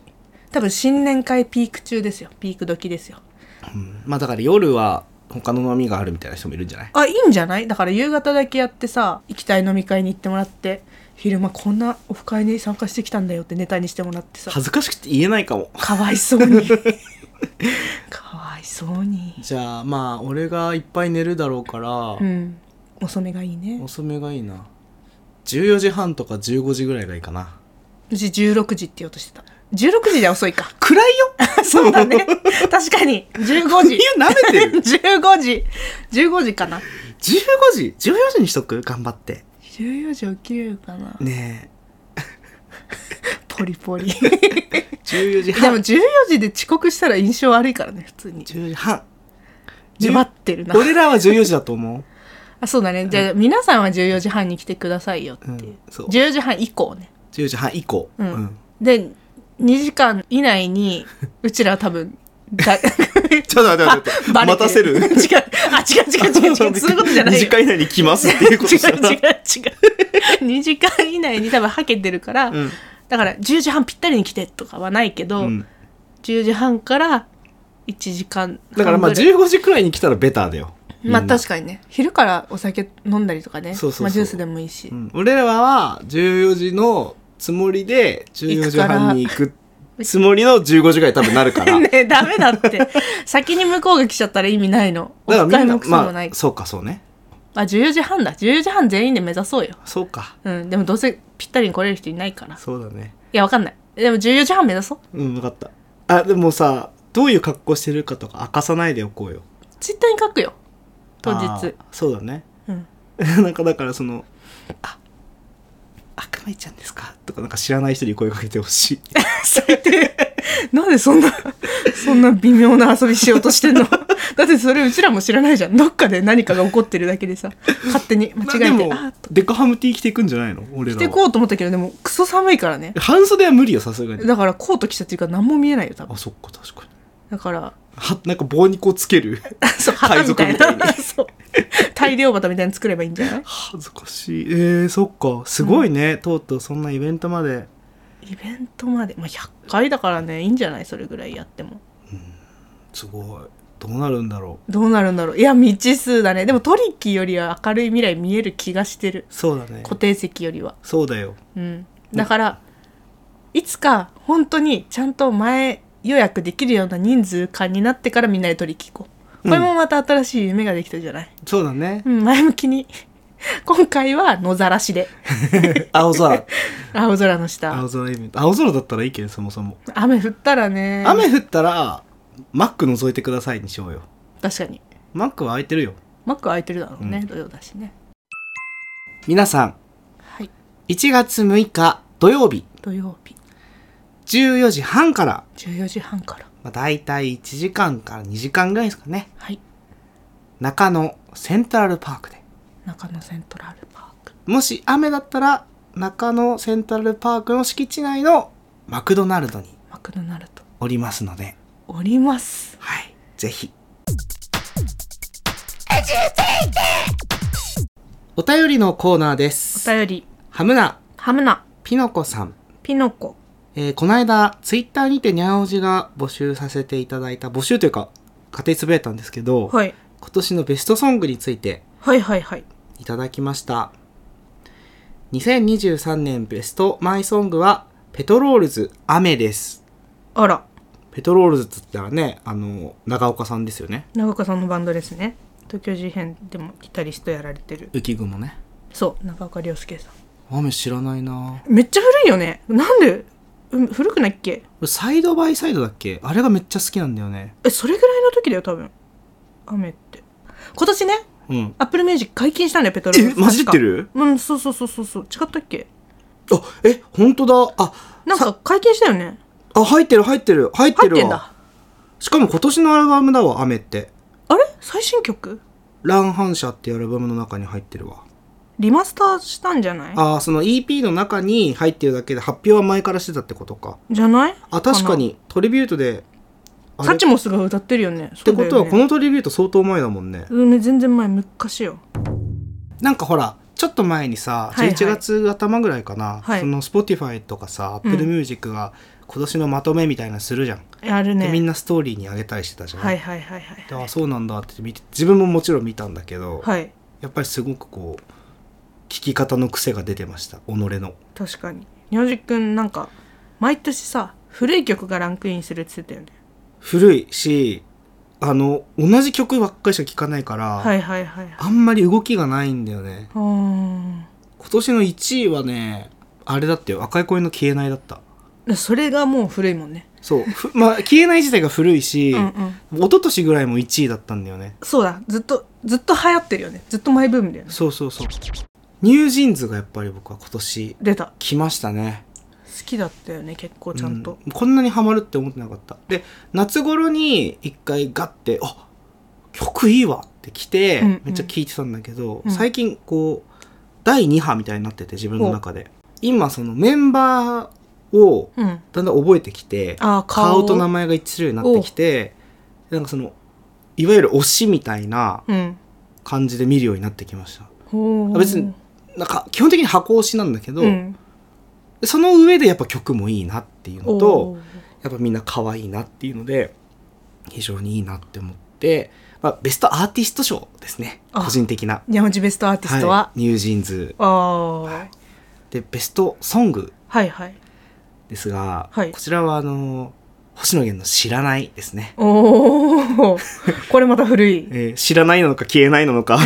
[SPEAKER 3] 多分新年会ピーク中ですよピーク時ですよ
[SPEAKER 4] まあだから夜は他の飲みがあるみたいな人もいるんじゃない
[SPEAKER 3] あいいんじゃないだから夕方だけやってさ行きたい飲み会に行ってもらって昼間こんなオフ会に参加してきたんだよってネタにしてもらってさ
[SPEAKER 4] 恥ずかしくて言えないかも
[SPEAKER 3] かわいそ
[SPEAKER 4] <laughs>
[SPEAKER 3] うにかわいそうに
[SPEAKER 4] じゃあまあ俺がいっぱい寝るだろうから、
[SPEAKER 3] うん遅めがいいね
[SPEAKER 4] 遅めがいいな14時半とか15時ぐらいがいいかな
[SPEAKER 3] うち16時って言おうとしてた16時じゃ遅いか
[SPEAKER 4] 暗いよ
[SPEAKER 3] <laughs> そうだね確かに15時
[SPEAKER 4] いや舐めてる
[SPEAKER 3] 15時15時かな
[SPEAKER 4] 15時14時にしとく頑張って
[SPEAKER 3] 14時起きれるかな
[SPEAKER 4] ね
[SPEAKER 3] ポリ
[SPEAKER 4] <laughs>
[SPEAKER 3] ポリ
[SPEAKER 4] え14時
[SPEAKER 3] でも
[SPEAKER 4] 半
[SPEAKER 3] 14時で遅刻したら印象悪いからね普通に
[SPEAKER 4] 14時半
[SPEAKER 3] 粘ってるな
[SPEAKER 4] 俺らは14時だと思う
[SPEAKER 3] あそうだねじゃあ皆さんは14時半に来てくださいよっていう、
[SPEAKER 4] うんそう
[SPEAKER 3] 14時半以降ね
[SPEAKER 4] 14時半以降
[SPEAKER 3] うんで2時間以内にうちらは多分
[SPEAKER 4] <laughs>
[SPEAKER 3] だ
[SPEAKER 4] ちょっと待って待って待って
[SPEAKER 3] <laughs> バレ
[SPEAKER 4] 待
[SPEAKER 3] て
[SPEAKER 4] たせる
[SPEAKER 3] 違うあ違う違う違う違うそういうことじゃない
[SPEAKER 4] 2
[SPEAKER 3] よ
[SPEAKER 4] 時間以内に来ますっていうことしたら
[SPEAKER 3] 違う違う違う2時間以内に多分はけてるから、
[SPEAKER 4] うん
[SPEAKER 3] だから10時半ぴったりに来てとかはないけど、
[SPEAKER 4] うん
[SPEAKER 3] 10時半から1時間半ぐらい
[SPEAKER 4] だからまあ15時くらいに来たらベターだよ
[SPEAKER 3] まあ
[SPEAKER 4] みんな
[SPEAKER 3] 確かにね昼からお酒飲んだりとかね
[SPEAKER 4] そうそうそう
[SPEAKER 3] まあ、ジュースでもいいし、
[SPEAKER 4] うん俺らは14時のつもりで14時半に行くつもりの15時ぐらい多分なるから。
[SPEAKER 3] <laughs> <laughs> ねえダメだって先に向こうが来ちゃったら意味ないのお
[SPEAKER 4] だからみ
[SPEAKER 3] 迎え
[SPEAKER 4] んな、
[SPEAKER 3] もクソも
[SPEAKER 4] ま
[SPEAKER 3] ない
[SPEAKER 4] あ、、そうかそうね。
[SPEAKER 3] あ、14時半だ14時半全員で目指そうよ
[SPEAKER 4] そうか。
[SPEAKER 3] うんでもどうせぴったりに来れる人いないからい
[SPEAKER 4] そうだね。
[SPEAKER 3] やわかんないでも14時半目指そう
[SPEAKER 4] うん、わかった。あ、でもさ、どういう格好してるかとか明かさないでおこうよ。
[SPEAKER 3] ツイッターに書くよ当
[SPEAKER 4] あ
[SPEAKER 3] 日
[SPEAKER 4] ー。そうだね。 <laughs>
[SPEAKER 3] うん、
[SPEAKER 4] なんかだからその、あ、悪魔いちゃんですかとかなんか知らない人に声かけてほしい。
[SPEAKER 3] 最低 <laughs> なんでそんなそんな微妙な遊びしようと
[SPEAKER 4] <laughs>
[SPEAKER 3] してんのだってそれうちらも知らないじゃんどっかで何かが起こってるだけでさ勝手に間
[SPEAKER 4] ま
[SPEAKER 3] 違え
[SPEAKER 4] あ
[SPEAKER 3] て
[SPEAKER 4] でも
[SPEAKER 3] あ
[SPEAKER 4] デカハムティー着ていくんじゃないの俺ら
[SPEAKER 3] 着
[SPEAKER 4] は。
[SPEAKER 3] てこうと思ったけどでもクソ寒いからね
[SPEAKER 4] 半袖は無理よ、さすがに。
[SPEAKER 3] だからコート着ちゃってるから何も見えないよ多分
[SPEAKER 4] あ、そっか、確かに。
[SPEAKER 3] だから <laughs>
[SPEAKER 4] は、なんか棒にこうつけ <laughs> る。
[SPEAKER 3] そう旗みたい
[SPEAKER 4] 海賊みた
[SPEAKER 3] な <laughs> そう大量旗みたいに作ればいいんじゃない
[SPEAKER 4] 恥ずかしいえー、そっかすごいね、とうとうそんなイベントまで
[SPEAKER 3] イベントまで、まあ、100回だからねいいんじゃないそれぐらいやっても
[SPEAKER 4] すごいどうなるんだろ
[SPEAKER 3] どうなるんだろういや未知数だねでもトリッキーよりは明るい未来見える気がしてる
[SPEAKER 4] うそうだね
[SPEAKER 3] 固定席よりは
[SPEAKER 4] そうだよ
[SPEAKER 3] うんだからいつか本当にちゃんと前予約できるような人数間になってからみんなで取り聞こうこれもまた新しい夢ができたじゃない、
[SPEAKER 4] そうだ <laughs> ね
[SPEAKER 3] うん、前向きに <laughs> 今回は野ざらしで
[SPEAKER 4] 青空
[SPEAKER 3] 青空の下
[SPEAKER 4] 青空イベント青空だったらいいけどそもそも
[SPEAKER 3] 雨降ったらね
[SPEAKER 4] 雨降ったらマック覗いてくださいにしようよ
[SPEAKER 3] 確かに
[SPEAKER 4] マックは空いてるよ
[SPEAKER 3] マックは空いてるだろうね、
[SPEAKER 4] うん
[SPEAKER 3] 土曜だしね
[SPEAKER 4] 皆さん
[SPEAKER 3] はい
[SPEAKER 4] 1月6日土曜日
[SPEAKER 3] 土曜日
[SPEAKER 4] 14時半から、
[SPEAKER 3] 14時半から
[SPEAKER 4] まあ、大体1時間から2時間ぐらいですかね
[SPEAKER 3] はい
[SPEAKER 4] 中野セントラルパークで
[SPEAKER 3] 中野セントラルパーク
[SPEAKER 4] もし雨だったら中野セントラルパークの敷地内のマクドナルドに
[SPEAKER 3] マクドナルド
[SPEAKER 4] おりますので
[SPEAKER 3] おります
[SPEAKER 4] はいぜひお便りのコーナーで
[SPEAKER 3] お
[SPEAKER 4] す
[SPEAKER 3] 便り
[SPEAKER 4] ハムナ
[SPEAKER 3] ハムナ
[SPEAKER 4] ピノコさん
[SPEAKER 3] ピノコ
[SPEAKER 4] えーこの間、ツイッターにてにゃんおじが募集させていただいた、募集というか、仮定つぶやいたんですけど、
[SPEAKER 3] はい
[SPEAKER 4] 今年のベストソングについて
[SPEAKER 3] はいはいはい
[SPEAKER 4] いただきました。2023年ベストマイソングは、ペトロールズ雨です。
[SPEAKER 3] あら
[SPEAKER 4] ペトロールズって言ったらね、あの、長岡さんですよね。
[SPEAKER 3] 長岡さんのバンドですね東京事変でもギタリストやられてる
[SPEAKER 4] 浮雲ね。
[SPEAKER 3] そう長岡亮介さ
[SPEAKER 4] 雨知らないなん
[SPEAKER 3] めっちゃ古いよねなんで、うん、古くないっけ
[SPEAKER 4] 俺サイドバイサイドだっけあれがめっちゃ好きなんだよね。
[SPEAKER 3] えそれぐらいの時だよ多分雨って今年ね
[SPEAKER 4] うん。
[SPEAKER 3] アップルミュージック解禁したんだよペトロールズ
[SPEAKER 4] えマジで言ってる
[SPEAKER 3] 確かうんそうそうそうそうそう違ったっけ
[SPEAKER 4] あ、え、ほんとだ。あ、
[SPEAKER 3] なんか解禁したよね
[SPEAKER 4] あ、入ってる入ってる。入って
[SPEAKER 3] 入っ
[SPEAKER 4] るわ。
[SPEAKER 3] てんだ
[SPEAKER 4] しかも今年のアルバムだわ、雨って。
[SPEAKER 3] あれ最新曲
[SPEAKER 4] ラン反射っていうアルバムの中に入ってるわ。
[SPEAKER 3] リマスターしたんじゃない
[SPEAKER 4] ああ、その EP の中に入ってるだけで発表は前からしてたってことか。
[SPEAKER 3] じゃない
[SPEAKER 4] あ、確かにトリビュートで。あれ
[SPEAKER 3] サチモスが歌ってるよねっ
[SPEAKER 4] ってことはこ
[SPEAKER 3] の
[SPEAKER 4] のトリビュート相当前だもんね。
[SPEAKER 3] うん全然前昔よ
[SPEAKER 4] なんかほら、ちょっと前にさ、
[SPEAKER 3] はいはい
[SPEAKER 4] 11月頭ぐらいかな、
[SPEAKER 3] はい
[SPEAKER 4] その Spotify とかさ、
[SPEAKER 3] うん
[SPEAKER 4] Apple Music が今年のまとめみたいなのするじゃん。
[SPEAKER 3] やる
[SPEAKER 4] で、
[SPEAKER 3] ね
[SPEAKER 4] みんなストーリーに上げたりしてたじゃん。
[SPEAKER 3] はいはいはいはい
[SPEAKER 4] であそうなんだって見て、自分ももちろん見たんだけど、
[SPEAKER 3] はい
[SPEAKER 4] やっぱりすごくこう、聞き方の癖が出てました、己の。
[SPEAKER 3] 確かににょじくんなんか毎年さ古い曲がランクインするって言ってたよね
[SPEAKER 4] 古いしあの同じ曲ばっかりしか聴かないから、
[SPEAKER 3] はいはいはいはい
[SPEAKER 4] あんまり動きがないんだよね
[SPEAKER 3] あー
[SPEAKER 4] 今年の1位はねあれだってよ赤い恋の消えないだった
[SPEAKER 3] でそれがもう古いもんね
[SPEAKER 4] そうふ <laughs> まあ消えない自体が古いし、
[SPEAKER 3] うんうん
[SPEAKER 4] 一昨年ぐらいも1位だったんだよね
[SPEAKER 3] そうだずっとずっと流行ってるよねずっとマイブームだよね
[SPEAKER 4] そうそうそうニュージーンズがやっぱり僕は今年
[SPEAKER 3] 出た好
[SPEAKER 4] 来ましたね
[SPEAKER 3] きだったよね結構ちゃんと、
[SPEAKER 4] うんこんなにハマるって思ってなかったで夏頃に一回ガッてあ曲いいわって来て、
[SPEAKER 3] うんうん
[SPEAKER 4] めっちゃ聴いてたんだけど、
[SPEAKER 3] うん
[SPEAKER 4] 最近こう第2波みたいになってて自分の中で今そのメンバーを
[SPEAKER 3] うん
[SPEAKER 4] だんだん覚えてきて
[SPEAKER 3] あー顔
[SPEAKER 4] 顔と名前が一致するようになってきてなんかそのいわゆる推しみたいな
[SPEAKER 3] うん
[SPEAKER 4] 感じで見るようになってきました
[SPEAKER 3] ほー
[SPEAKER 4] 別になんか基本的に箱推しなんだけど、
[SPEAKER 3] うん
[SPEAKER 4] その上でやっぱ曲もいいなっていうのと
[SPEAKER 3] おー
[SPEAKER 4] やっぱみんな可愛いなっていうので、非常にいいなって思って、まあ、ベストアーティスト賞ですね。
[SPEAKER 3] あ
[SPEAKER 4] 個人的な。
[SPEAKER 3] 山内ベストアーティストは、
[SPEAKER 4] い、ニュージーンズ。
[SPEAKER 3] ああ、はい、
[SPEAKER 4] で、ベストソング
[SPEAKER 3] はい
[SPEAKER 4] ですが、
[SPEAKER 3] はい
[SPEAKER 4] こちらはあの、星野源の知らないですね。
[SPEAKER 3] おお <laughs> これまた古い
[SPEAKER 4] えー知らないなのか消えないなの
[SPEAKER 3] <laughs>
[SPEAKER 4] か、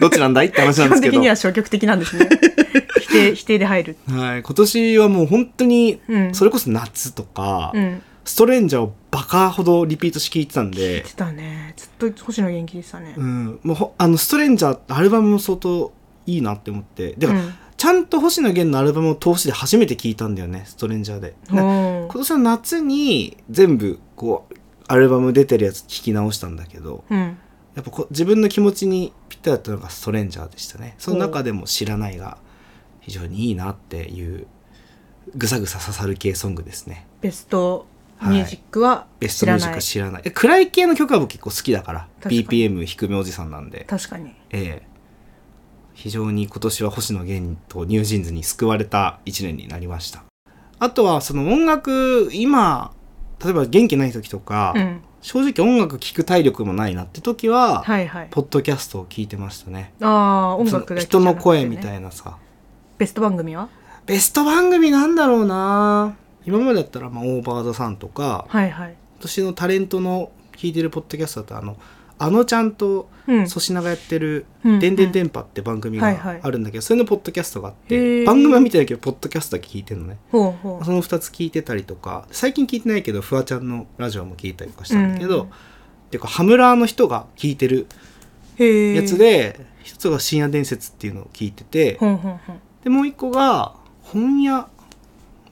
[SPEAKER 4] どっちなんだいって話
[SPEAKER 3] 基
[SPEAKER 4] なんで
[SPEAKER 3] 本
[SPEAKER 4] すけ
[SPEAKER 3] 的
[SPEAKER 4] ど。
[SPEAKER 3] には
[SPEAKER 4] は
[SPEAKER 3] 消極的なんですね否定否定で入る
[SPEAKER 4] い、今年はもう本当に、
[SPEAKER 3] うん
[SPEAKER 4] それこそ夏とか、
[SPEAKER 3] うん
[SPEAKER 4] ストレンジャーをバカほどリピートし聞いてたんで
[SPEAKER 3] 言っ、てたねずっと星野元気でしたね、
[SPEAKER 4] うん、もうほあのストレンジャーってアルバムも相当いいなって思ってでも、
[SPEAKER 3] うん
[SPEAKER 4] ちゃんと星野源のアルバムを通して初めて聴いたんだよねストレンジャーでな
[SPEAKER 3] お
[SPEAKER 4] 今
[SPEAKER 3] ー
[SPEAKER 4] 年の夏に全部こうアルバム出てるやつ聴き直したんだけど
[SPEAKER 3] うん
[SPEAKER 4] やっぱこ自分の気持ちにぴったりだったのがストレンジャーでしたねその中でも「知らない」が非常にいいなっていうぐさぐさ刺さる系ソングですね
[SPEAKER 3] ベストミュージックは
[SPEAKER 4] ベス
[SPEAKER 3] 知
[SPEAKER 4] トミュ
[SPEAKER 3] ら
[SPEAKER 4] ージッ
[SPEAKER 3] ない、
[SPEAKER 4] ク知らないえ暗い系の曲は僕結構好きだから
[SPEAKER 3] 確かに
[SPEAKER 4] BPM 低めおじさんなんで
[SPEAKER 3] 確かに
[SPEAKER 4] ええ非常に今年は星野源とニュージーンズに救われた1年になりましたあとはその音楽今例えば元気ない時とか、
[SPEAKER 3] うん
[SPEAKER 4] 正直音楽聴く体力もないなって時は、
[SPEAKER 3] はいはい
[SPEAKER 4] ポッドキャストを聞いてましたね
[SPEAKER 3] ああ音
[SPEAKER 4] そ
[SPEAKER 3] 楽
[SPEAKER 4] の
[SPEAKER 3] だけじ
[SPEAKER 4] 人
[SPEAKER 3] ゃな
[SPEAKER 4] の
[SPEAKER 3] くてね
[SPEAKER 4] 声みたいなさ
[SPEAKER 3] ベスト番組は
[SPEAKER 4] ベスト番組なんだろうな今までだったら、まあ、オーバーザさんとか、
[SPEAKER 3] はいはい。
[SPEAKER 4] 私のタレントの聞いてるポッドキャストだと、あの、あのちゃんと
[SPEAKER 3] うん。
[SPEAKER 4] 粗品がやってる「
[SPEAKER 3] うん
[SPEAKER 4] でんでん電波」って番組が
[SPEAKER 3] はいはい
[SPEAKER 4] あるんだけど、それのポッドキャストがあっ
[SPEAKER 3] へ
[SPEAKER 4] て
[SPEAKER 3] ー
[SPEAKER 4] 番組は見てないけどポッドキャストだけ聞いてるのね
[SPEAKER 3] ほうほう。
[SPEAKER 4] その2つ聞いてたりとか最近聞いてないけどフワちゃんのラジオも聞いたりとかしたんだけど、
[SPEAKER 3] うん
[SPEAKER 4] っていうかハムラーの人が聞いてる
[SPEAKER 3] へえ。
[SPEAKER 4] やつ。で、一つが「深夜伝説」っていうのを聞いてて、
[SPEAKER 3] ほんほんほん。
[SPEAKER 4] でもう一個が本屋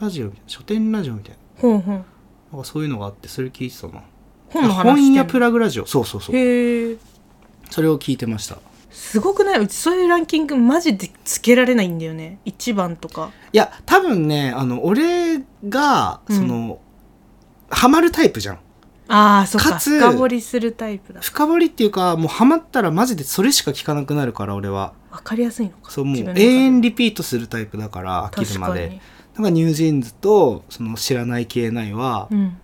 [SPEAKER 4] ラジオみたいな書店ラジオみたいな
[SPEAKER 3] ほんほん。
[SPEAKER 4] なんかそういうのがあってそれ聞いてたな
[SPEAKER 3] 本の話してんの。
[SPEAKER 4] 本屋プラグラジオそうそうそう
[SPEAKER 3] へえ。
[SPEAKER 4] それを聞いてました
[SPEAKER 3] すごくないうちそういうランキングマジでつけられないんだよね。一番とか。
[SPEAKER 4] いや多分ねあの俺が
[SPEAKER 3] うん
[SPEAKER 4] その、ハマるタイプじゃん
[SPEAKER 3] ああ、そっか。
[SPEAKER 4] かつ
[SPEAKER 3] 深掘りするタイプだ。
[SPEAKER 4] 深掘りっていうかもうハマったらマジでそれしか聞かなくなるから俺は
[SPEAKER 3] わかりやすいのか。
[SPEAKER 4] そうも
[SPEAKER 3] 自
[SPEAKER 4] う
[SPEAKER 3] 分の
[SPEAKER 4] 永
[SPEAKER 3] 中で
[SPEAKER 4] 遠リピートするタイプだから飽きる
[SPEAKER 3] 確
[SPEAKER 4] ま
[SPEAKER 3] か
[SPEAKER 4] で
[SPEAKER 3] に。
[SPEAKER 4] なんかニュージーンズとその知らない消えないは
[SPEAKER 3] う、ん。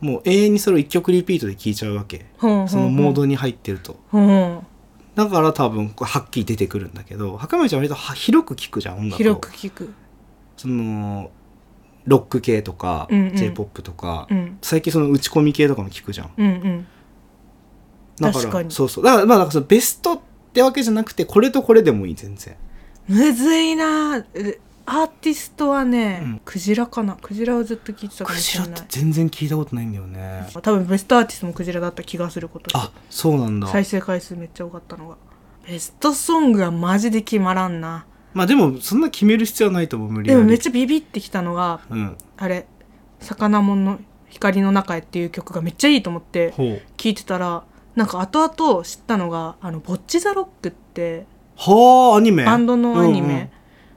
[SPEAKER 4] もう永遠にそれを一曲リピートで聞いちゃうわけ
[SPEAKER 3] ほんほんほん。
[SPEAKER 4] そのモードに入ってると
[SPEAKER 3] ほんほん。
[SPEAKER 4] だから多分こうはっきり出てくるんだけど白米ちゃん割とは広く聞くじゃん音楽を
[SPEAKER 3] 広く聞く。
[SPEAKER 4] そのロック系とか、
[SPEAKER 3] うんうん
[SPEAKER 4] j p o p とか、
[SPEAKER 3] うん。
[SPEAKER 4] 最近その打ち込み系とかも聞くじゃん
[SPEAKER 3] うんうん。
[SPEAKER 4] だから
[SPEAKER 3] 確かに
[SPEAKER 4] そうそうだからまあなんかそのベストってわけじゃなくてこれとこれでもいい全然
[SPEAKER 3] むずいなあえアーティストはね、
[SPEAKER 4] うん
[SPEAKER 3] クジラかなクジラをずっと聞いてたか
[SPEAKER 4] ク
[SPEAKER 3] もし
[SPEAKER 4] ジ
[SPEAKER 3] れ
[SPEAKER 4] ラっ
[SPEAKER 3] な
[SPEAKER 4] て
[SPEAKER 3] い
[SPEAKER 4] 全然聞いたことないんだよね
[SPEAKER 3] 多分ベストアーティストもクジラだった気がすること
[SPEAKER 4] あそうなんだ
[SPEAKER 3] 再生回数めっちゃ多かったのがベストソングはマジで決まらんな
[SPEAKER 4] まあでもそんな決める必要はないと思う無理
[SPEAKER 3] で
[SPEAKER 4] やり
[SPEAKER 3] もめっちゃビビってきたのが
[SPEAKER 4] うん
[SPEAKER 3] あれ「魚もんの光の中へ」っていう曲がめっちゃいいと思って
[SPEAKER 4] ほう
[SPEAKER 3] 聞いてたらなんか後々知ったのが「あのボッチ・ザ・ロック」って
[SPEAKER 4] はあアニメ
[SPEAKER 3] バンドのアニ
[SPEAKER 4] うんう
[SPEAKER 3] メ
[SPEAKER 4] ん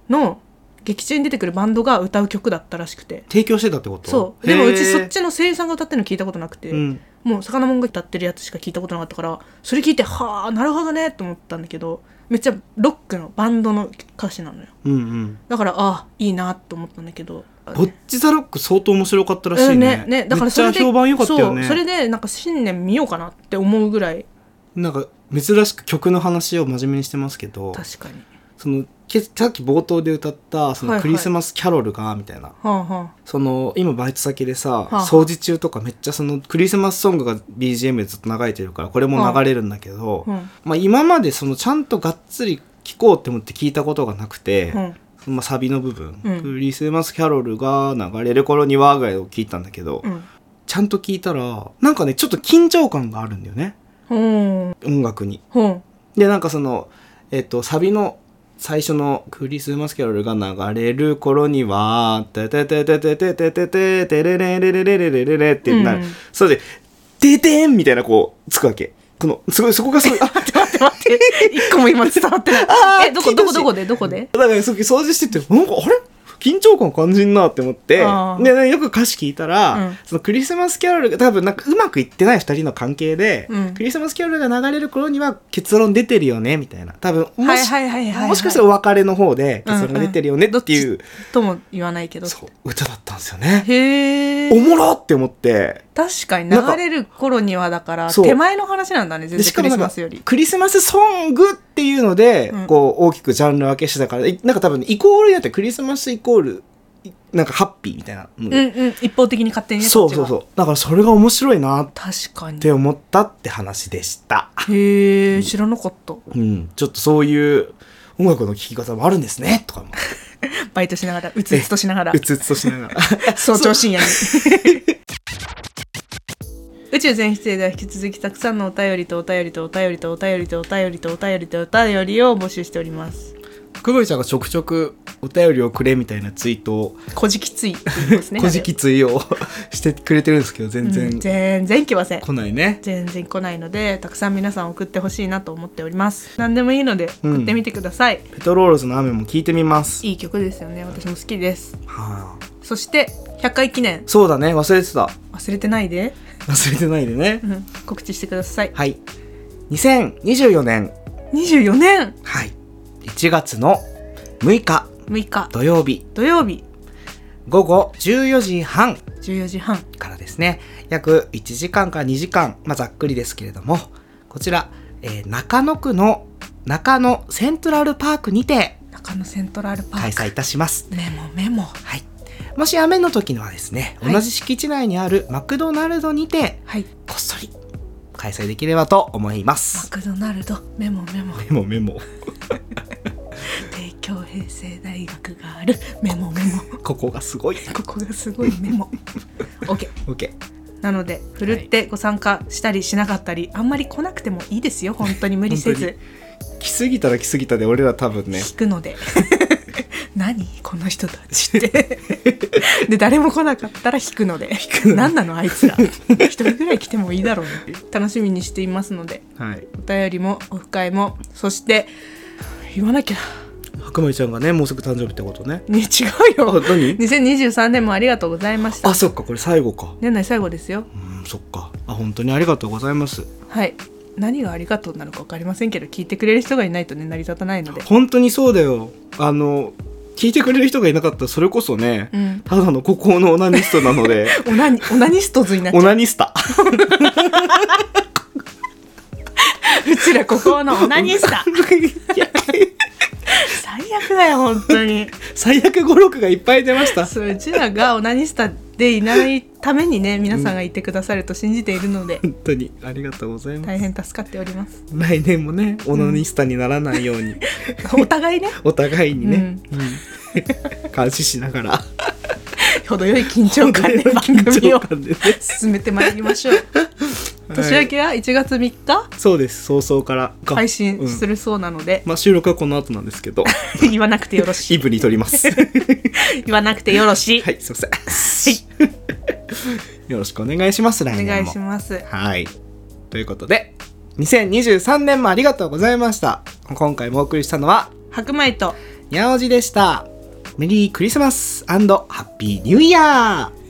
[SPEAKER 3] の劇中に出てくるバンドが歌う曲だったらしくて
[SPEAKER 4] 提供してたってこと
[SPEAKER 3] そうでも
[SPEAKER 4] へえ
[SPEAKER 3] うちそっちの声優さんが歌ってるの聞いたことなくて、
[SPEAKER 4] うん
[SPEAKER 3] もう魚もんが歌ってるやつしか聞いたことなかったからそれ聞いてはあなるほどねと思ったんだけどめっちゃロックのバンドの歌詞なのよ
[SPEAKER 4] うんうん
[SPEAKER 3] だからああいいなと思ったんだけど
[SPEAKER 4] ボッチザロック相当面白かったらしいね,、
[SPEAKER 3] うんねねだからそれ
[SPEAKER 4] めっ
[SPEAKER 3] で
[SPEAKER 4] ちゃ評判良かったよね
[SPEAKER 3] そうそれでなんか新年見ようかなって思うぐらい
[SPEAKER 4] なんか珍しく曲の話を真面目にしてますけど
[SPEAKER 3] 確かに
[SPEAKER 4] そのけさっき冒頭で歌ったその
[SPEAKER 3] はいはい
[SPEAKER 4] クリスマスキャロルがみたいな、
[SPEAKER 3] はあは
[SPEAKER 4] その今バイト先でさ、
[SPEAKER 3] あはあ
[SPEAKER 4] 掃除中とかめっちゃそのクリスマスソングが BGM でずっと流れてるからこれも流れるんだけど、
[SPEAKER 3] あうん
[SPEAKER 4] まあ、今までそのちゃんとがっつり聴こうって思って聞いたことがなくて、
[SPEAKER 3] うん
[SPEAKER 4] そのまあサビの部分、
[SPEAKER 3] うん
[SPEAKER 4] クリスマスキャロルが流れる頃には」ぐらいを聞いたんだけど、
[SPEAKER 3] うん
[SPEAKER 4] ちゃんと聞いたらなんかねちょっと緊張感があるんだよね
[SPEAKER 3] ほん
[SPEAKER 4] 音楽に。
[SPEAKER 3] ほん
[SPEAKER 4] でなんかそのえっとサビの最初のクリスマスキャロルが流れる頃には「ててててててててててれれれれれれれれれ」ってなる、
[SPEAKER 3] うん
[SPEAKER 4] それで「ててん!」みたいなこうつくわけこのすごいそこがすごいあ
[SPEAKER 3] 待って待って
[SPEAKER 4] <laughs>
[SPEAKER 3] 一個も今伝わってない
[SPEAKER 4] あー
[SPEAKER 3] えどこ
[SPEAKER 4] 聞
[SPEAKER 3] どこ
[SPEAKER 4] いたし
[SPEAKER 3] どこでどこで
[SPEAKER 4] だからそう掃除しててなんかあれ緊張感感じんなって思って
[SPEAKER 3] あー
[SPEAKER 4] ででよく歌詞聞いたら、
[SPEAKER 3] うん
[SPEAKER 4] そのクリスマスキャロルが多分なんかうまくいってない2人の関係で、
[SPEAKER 3] うん
[SPEAKER 4] クリスマスキャロルが流れる頃には結論出てるよねみたいな多分もし,、
[SPEAKER 3] はいはいはいはいはい
[SPEAKER 4] もしかしたらお別れの方で結論が出てるよねっていう,、
[SPEAKER 3] とも言わないけど
[SPEAKER 4] そう歌だったんですよね。
[SPEAKER 3] へえ
[SPEAKER 4] おもろって思って
[SPEAKER 3] 確かに
[SPEAKER 4] なんか
[SPEAKER 3] 流れる頃にはだから
[SPEAKER 4] そう
[SPEAKER 3] 手前の話なんだね全
[SPEAKER 4] で
[SPEAKER 3] 然
[SPEAKER 4] しか
[SPEAKER 3] ク
[SPEAKER 4] も
[SPEAKER 3] リ
[SPEAKER 4] なんか
[SPEAKER 3] スマスより
[SPEAKER 4] クリスマスソングっていうので、
[SPEAKER 3] うん
[SPEAKER 4] こう大きくジャンル分けしてたからえなんか多分イコールになってクリスマスイコールいなんかハッピーみたいなの
[SPEAKER 3] うんうん一方的に勝手にね
[SPEAKER 4] そうそうそうだからそれが面白いなっ
[SPEAKER 3] 確かに
[SPEAKER 4] て思ったって話でした、
[SPEAKER 3] へえ知らなかった
[SPEAKER 4] うん、ちょっとそういう音楽の聴き方もあるんですねとかも
[SPEAKER 3] バイトしながらうつうつとしながら
[SPEAKER 4] うつうつとしなが
[SPEAKER 3] <laughs>
[SPEAKER 4] ら
[SPEAKER 3] 早朝深夜に <laughs> 宇宙全否定では引き続きたくさんのお便りとお便りとお便りとお便りとお便りとお便りとお便りを募集しております
[SPEAKER 4] 久保井ちゃんがちょくちょくお便りをくれみたいなツイートを
[SPEAKER 3] 「こじきつい」って言いますね
[SPEAKER 4] こじきついをしてくれてるんですけど全
[SPEAKER 3] うん
[SPEAKER 4] 然
[SPEAKER 3] 全然来ません
[SPEAKER 4] 来ないね、
[SPEAKER 3] 全然来ないのでたくさん皆さん送ってほしいなと思っております何でもいいので
[SPEAKER 4] うん
[SPEAKER 3] 送ってみてください、
[SPEAKER 4] ペトロールズの雨も聞いてみます、
[SPEAKER 3] いい曲ですよね私も好きです
[SPEAKER 4] はあ、
[SPEAKER 3] そして100回記念
[SPEAKER 4] そうだね忘れてた
[SPEAKER 3] 忘れてないで、
[SPEAKER 4] 忘れてないでね
[SPEAKER 3] うん、告知してください
[SPEAKER 4] はい2024年
[SPEAKER 3] 24年
[SPEAKER 4] はい1月の6日
[SPEAKER 3] 6日
[SPEAKER 4] 土曜日
[SPEAKER 3] 土曜日
[SPEAKER 4] 午後14時半
[SPEAKER 3] 14時半
[SPEAKER 4] からですね約1時間から2時間、まあ、ざっくりですけれどもこちら、えー中野区の中野セントラルパークにて
[SPEAKER 3] 中野セントラルパ
[SPEAKER 4] 開
[SPEAKER 3] ーク
[SPEAKER 4] 催いたします
[SPEAKER 3] メモメモ
[SPEAKER 4] はいもし雨の時にはですね、
[SPEAKER 3] はい
[SPEAKER 4] 同じ敷地内にあるマクドナルドにて
[SPEAKER 3] はい
[SPEAKER 4] こっそり開催できればと思いま
[SPEAKER 3] マ
[SPEAKER 4] す
[SPEAKER 3] クドナルドメモメモ
[SPEAKER 4] メモメ <laughs> モ
[SPEAKER 3] 帝京平成大学があるメモメモ
[SPEAKER 4] ここがすごい
[SPEAKER 3] <laughs> ここがすごいメモ <laughs> OK
[SPEAKER 4] OK
[SPEAKER 3] なのでふるってご参加したりしなかったり、あんまり来なくてもいいですよ本当に無理せ
[SPEAKER 4] 本
[SPEAKER 3] ず
[SPEAKER 4] 来すぎたら来すぎたで俺ら多分ね
[SPEAKER 3] 聞く <laughs> ので何この人たちってで誰も来なかったら引くので何なのあいつら一人ぐらい来てもいいだろうな楽しみにしていますので
[SPEAKER 4] はい
[SPEAKER 3] お便りもオフ会もそして言わなきゃ <laughs>
[SPEAKER 4] 白米ちゃんがねもうすぐ誕生日ってことね
[SPEAKER 3] ね違う
[SPEAKER 4] あ
[SPEAKER 3] よ
[SPEAKER 4] 何
[SPEAKER 3] 2023年もありがとうございました
[SPEAKER 4] あそっかこれ最後か
[SPEAKER 3] 年内最後ですよ
[SPEAKER 4] うんそっかあ本当にありがとうございます
[SPEAKER 3] はい何がありがとうなのか分かりませんけど聞いてくれる人がいないとね成り立たないので
[SPEAKER 4] 本当にそうだよあの聞いてくれる人がいなかったらそれこそね、
[SPEAKER 3] うん
[SPEAKER 4] ただの孤高のオナニストなの
[SPEAKER 3] <laughs>
[SPEAKER 4] で
[SPEAKER 3] オ
[SPEAKER 4] <laughs>
[SPEAKER 3] ナニオナニストズになっちゃ
[SPEAKER 4] オ
[SPEAKER 3] う
[SPEAKER 4] ナニスタ <laughs>
[SPEAKER 3] うちらここのオナニ
[SPEAKER 4] <laughs>
[SPEAKER 3] スタ最悪だよ本当に
[SPEAKER 4] 最悪語録がいっぱい出ました
[SPEAKER 3] そううちらがオナニスタでいないためにね皆さんがいてくださると信じているので
[SPEAKER 4] 本当にありがとうございます、
[SPEAKER 3] 大変助かっております
[SPEAKER 4] 来年もねオナニスタにならないように、
[SPEAKER 3] お互いね
[SPEAKER 4] お互いにね、うん <laughs> 監視しなが
[SPEAKER 3] <laughs>
[SPEAKER 4] ら
[SPEAKER 3] 程よい緊張感で番組
[SPEAKER 4] 緊張
[SPEAKER 3] を
[SPEAKER 4] 感でね
[SPEAKER 3] 進めてまいりましょう年明けは1月3日
[SPEAKER 4] そうです早々からが
[SPEAKER 3] 配信す
[SPEAKER 4] うん
[SPEAKER 3] るそうなので、
[SPEAKER 4] まあ、収録はこの後なんです
[SPEAKER 3] <laughs>
[SPEAKER 4] けど
[SPEAKER 3] 言わなくてよろし
[SPEAKER 4] イ
[SPEAKER 3] <laughs> い
[SPEAKER 4] ブに撮ります
[SPEAKER 3] 言わなくてよろしい、
[SPEAKER 4] はいすいません <laughs> よろしくお願いします来
[SPEAKER 3] お
[SPEAKER 4] 年も
[SPEAKER 3] 願いします
[SPEAKER 4] はい。ということで、2023年もありがとうございました。今回もお送りしたのは、
[SPEAKER 3] 白米と
[SPEAKER 4] にゃおじでした。メリークリスマスハッピーニューイヤー